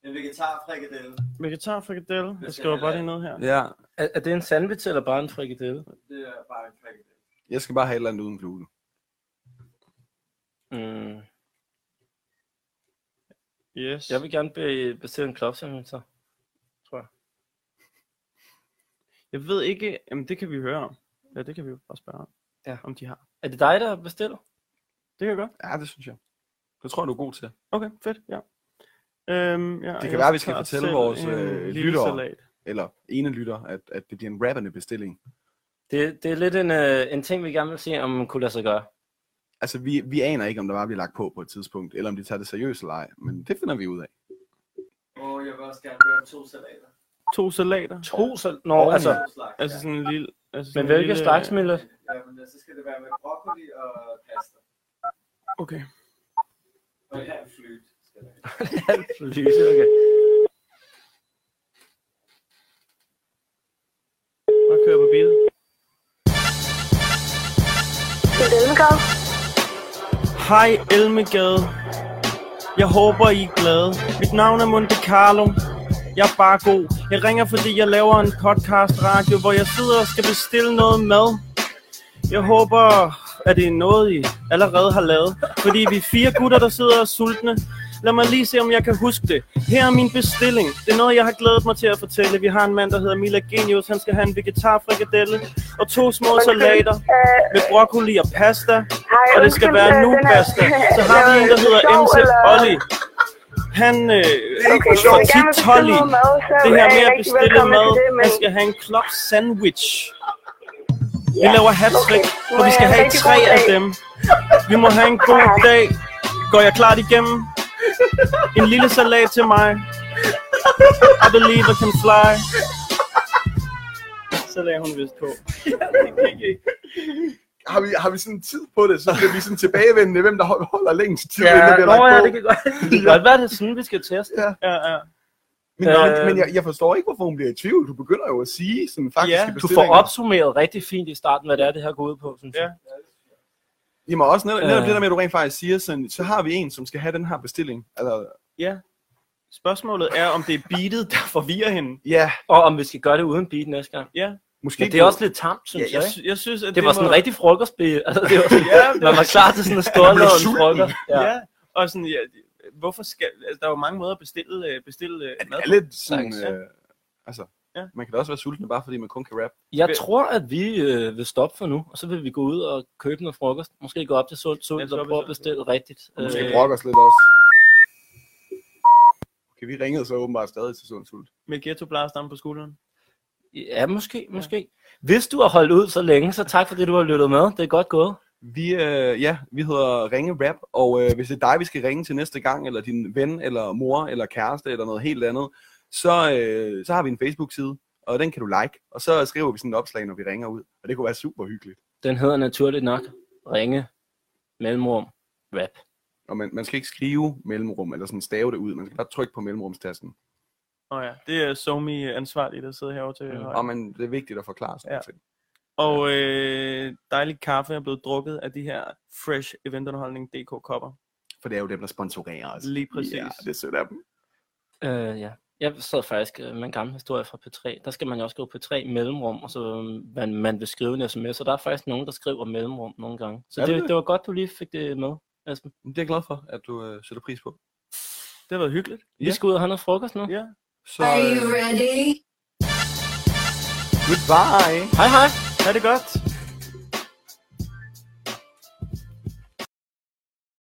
Speaker 13: En vegetar frikadelle.
Speaker 4: Vegetar frikadelle.
Speaker 13: skal
Speaker 4: Jeg skriver
Speaker 13: jeg
Speaker 4: bare
Speaker 13: da.
Speaker 4: lige ned her.
Speaker 3: Ja,
Speaker 2: Er, er det en sandwich eller bare en frikadelle?
Speaker 13: Det er bare en frikadelle.
Speaker 3: jeg skal bare have et eller andet uden gluten.
Speaker 2: Mm.
Speaker 4: Yes.
Speaker 2: Jeg vil gerne be- bestille en club sandwich, så.
Speaker 4: Jeg ved ikke... Jamen, det kan vi høre om. Ja, det kan vi jo bare spørge om.
Speaker 2: Ja.
Speaker 4: Om de har.
Speaker 2: Er det dig, der bestiller?
Speaker 4: Det kan jeg godt.
Speaker 3: Ja, det synes jeg. Det tror jeg, du er god til.
Speaker 4: Okay, fedt. Ja. Øhm, ja,
Speaker 3: Det kan
Speaker 4: jeg
Speaker 3: være, vi skal
Speaker 4: tager
Speaker 3: fortælle
Speaker 4: selv
Speaker 3: vores,
Speaker 4: en
Speaker 3: øh,
Speaker 4: lille
Speaker 3: lyttere.
Speaker 4: Salat.
Speaker 3: Eller ene lytter, at, at det bliver en rappende bestilling.
Speaker 2: Det, det er lidt en, øh, en ting, vi gerne vil se, om man kunne lade sig gøre.
Speaker 3: Altså, vi, vi aner ikke, om der bare bliver lagt på på et tidspunkt, eller om de tager det seriøst eller ej, men det finder vi ud af.
Speaker 13: Og jeg vil også gerne bede om to salater.
Speaker 4: To salater.
Speaker 2: To, så... Nå, altså...
Speaker 13: To slags,
Speaker 4: Altså sådan en lille... Altså
Speaker 2: Men
Speaker 4: sådan en
Speaker 2: hvilke
Speaker 4: lille,
Speaker 2: slags, Mille?
Speaker 13: ja. Jamen, øh, så skal det være med broccoli og pasta.
Speaker 4: Okay.
Speaker 13: Og en halv flyt. skal det være.
Speaker 2: Lyse, okay.
Speaker 4: Og kører på bil. Hej Elmegade. Jeg håber, I er glade. Mit navn er Monte Carlo. Jeg er bare god. Jeg ringer, fordi jeg laver en podcast radio, hvor jeg sidder og skal bestille noget mad. Jeg håber, at det er noget, I allerede har lavet. Fordi vi er fire gutter, der sidder og er sultne. Lad mig lige se, om jeg kan huske det. Her er min bestilling. Det er noget, jeg har glædet mig til at fortælle. Vi har en mand, der hedder Mila Genius. Han skal have en vegetarfrikadelle og to små salater
Speaker 14: øh,
Speaker 4: med broccoli og pasta. Og det skal være nu, pasta. Så har vi en, der hedder MZ Olli. han øh,
Speaker 14: Okay, hvis
Speaker 4: får
Speaker 14: man gerne vil
Speaker 4: tit tolv i.
Speaker 14: bestille noget mad, så
Speaker 4: Det her
Speaker 14: er
Speaker 4: med
Speaker 14: jeg
Speaker 4: at
Speaker 14: rigtig
Speaker 4: bestille
Speaker 14: velkommen
Speaker 4: mad,
Speaker 14: til det, men-
Speaker 4: man skal have en klop sandwich. Vi
Speaker 14: Ja,
Speaker 4: laver hattrick,
Speaker 14: okay. Må
Speaker 4: og vi
Speaker 14: jeg
Speaker 4: skal
Speaker 14: have
Speaker 4: have
Speaker 14: en rigtig
Speaker 4: tre
Speaker 14: god
Speaker 4: af
Speaker 14: dag?
Speaker 4: dem. Vi må have en god dag. Går jeg klart igennem? En lille salat til mig. I believe I can fly. Så lagde hun vist på.
Speaker 3: Har vi, har vi sådan tid på det, så bliver vi sådan tilbagevendende, hvem der holder længst tid, inden der
Speaker 4: Ja,
Speaker 3: bliver
Speaker 4: nå,
Speaker 3: lagt
Speaker 4: ja,
Speaker 3: på.
Speaker 4: det kan godt, det kan godt være, det er sådan, vi skal teste. Ja, ja. ja.
Speaker 3: Men, øh,
Speaker 4: Øh,
Speaker 3: men jeg, jeg forstår ikke, hvorfor hun bliver i tvivl. Du begynder jo at sige sådan faktisk
Speaker 4: Ja, du får opsummeret rigtig fint i starten, hvad det er, det her går ud på, synes jeg.
Speaker 3: Jamen også netop, netop
Speaker 4: Øh.
Speaker 3: det der med, at du rent faktisk siger sådan, så har vi en, som skal have den her bestilling. Eller,
Speaker 4: Ja. Spørgsmålet er, om det er beatet, der forvirrer hende.
Speaker 3: Ja.
Speaker 2: Og om vi skal gøre det uden beat næste gang.
Speaker 4: Ja.
Speaker 2: Måske Men det er også lidt tamt, synes
Speaker 4: ja,
Speaker 2: jeg.
Speaker 4: jeg, sy- jeg synes, at
Speaker 2: det, det var sådan en rigtig frokostbil. Altså, det var,
Speaker 4: Ja,
Speaker 2: ja,
Speaker 4: det
Speaker 2: man var klar til sådan en stor
Speaker 4: Man blev
Speaker 2: en
Speaker 4: sulten.
Speaker 2: frokost.
Speaker 4: Ja. ja. Og sådan, ja, hvorfor skal... Altså, der er jo mange måder at bestille, øh, bestille øh, mad.
Speaker 3: er lidt
Speaker 4: på.
Speaker 3: sådan,
Speaker 4: Ja.
Speaker 3: øh, altså,
Speaker 4: ja.
Speaker 3: man kan da også være sulten, bare fordi man kun kan rap.
Speaker 2: Jeg tror, at vi øh, vil stoppe for nu, og så vil vi gå ud og købe noget frokost. Måske gå op til Sund Sult og prøve at bestille rigtigt.
Speaker 3: Og måske
Speaker 2: Øh,
Speaker 3: brokke os lidt også. Okay, vi ringede så åbenbart stadig til Sund Sult.
Speaker 4: Med ghetto blaster på skulderen.
Speaker 2: Ja, måske, måske. Hvis du har holdt ud så længe, så tak fordi du har lyttet med. Det er godt gået.
Speaker 3: Vi, øh, ja, vi hedder Ringe Rap, og øh, hvis det er dig, vi skal ringe til næste gang, eller din ven, eller mor, eller kæreste, eller noget helt andet, så, øh, så har vi en Facebook-side, og den kan du like, og så skriver vi sådan et opslag, når vi ringer ud, og det kunne være super hyggeligt.
Speaker 2: Den hedder naturligt nok Ringe Mellemrum Rap.
Speaker 3: Og man, man skal ikke skrive mellemrum, eller sådan stave det ud, man skal bare trykke på mellemrumstasten.
Speaker 4: Nå ja, det er Somi ansvarlig, der sidder herovre til højre.
Speaker 3: Og man, det er vigtigt at forklare sådan
Speaker 4: Ja.
Speaker 3: ja. ting.
Speaker 4: Og øh, dejlig kaffe er blevet drukket af de her Fresh Eventunderholdning DK kopper.
Speaker 3: For det er jo dem, der sponsorerer os.
Speaker 4: Lige præcis.
Speaker 3: Ja, det er sødt af dem.
Speaker 2: Øh, ja. Jeg sad faktisk øh, med en gammel historie fra P3. Der skal man jo også skrive P3 mellemrum, og så øh, man, man vil skrive en sms. Og der er faktisk nogen, der skriver mellemrum nogle gange. Så
Speaker 3: Er
Speaker 2: det,
Speaker 3: det
Speaker 2: det,
Speaker 3: det?
Speaker 2: det var godt, du lige fik det med, Esben.
Speaker 3: Det er jeg glad for, at du øh, sætter pris på.
Speaker 4: Det har været hyggeligt.
Speaker 2: Vi skal ud og have noget frokost nu.
Speaker 4: Ja.
Speaker 3: Så, øh,
Speaker 15: ready?
Speaker 3: goodbye.
Speaker 2: Hej hej.
Speaker 4: Ha' det godt.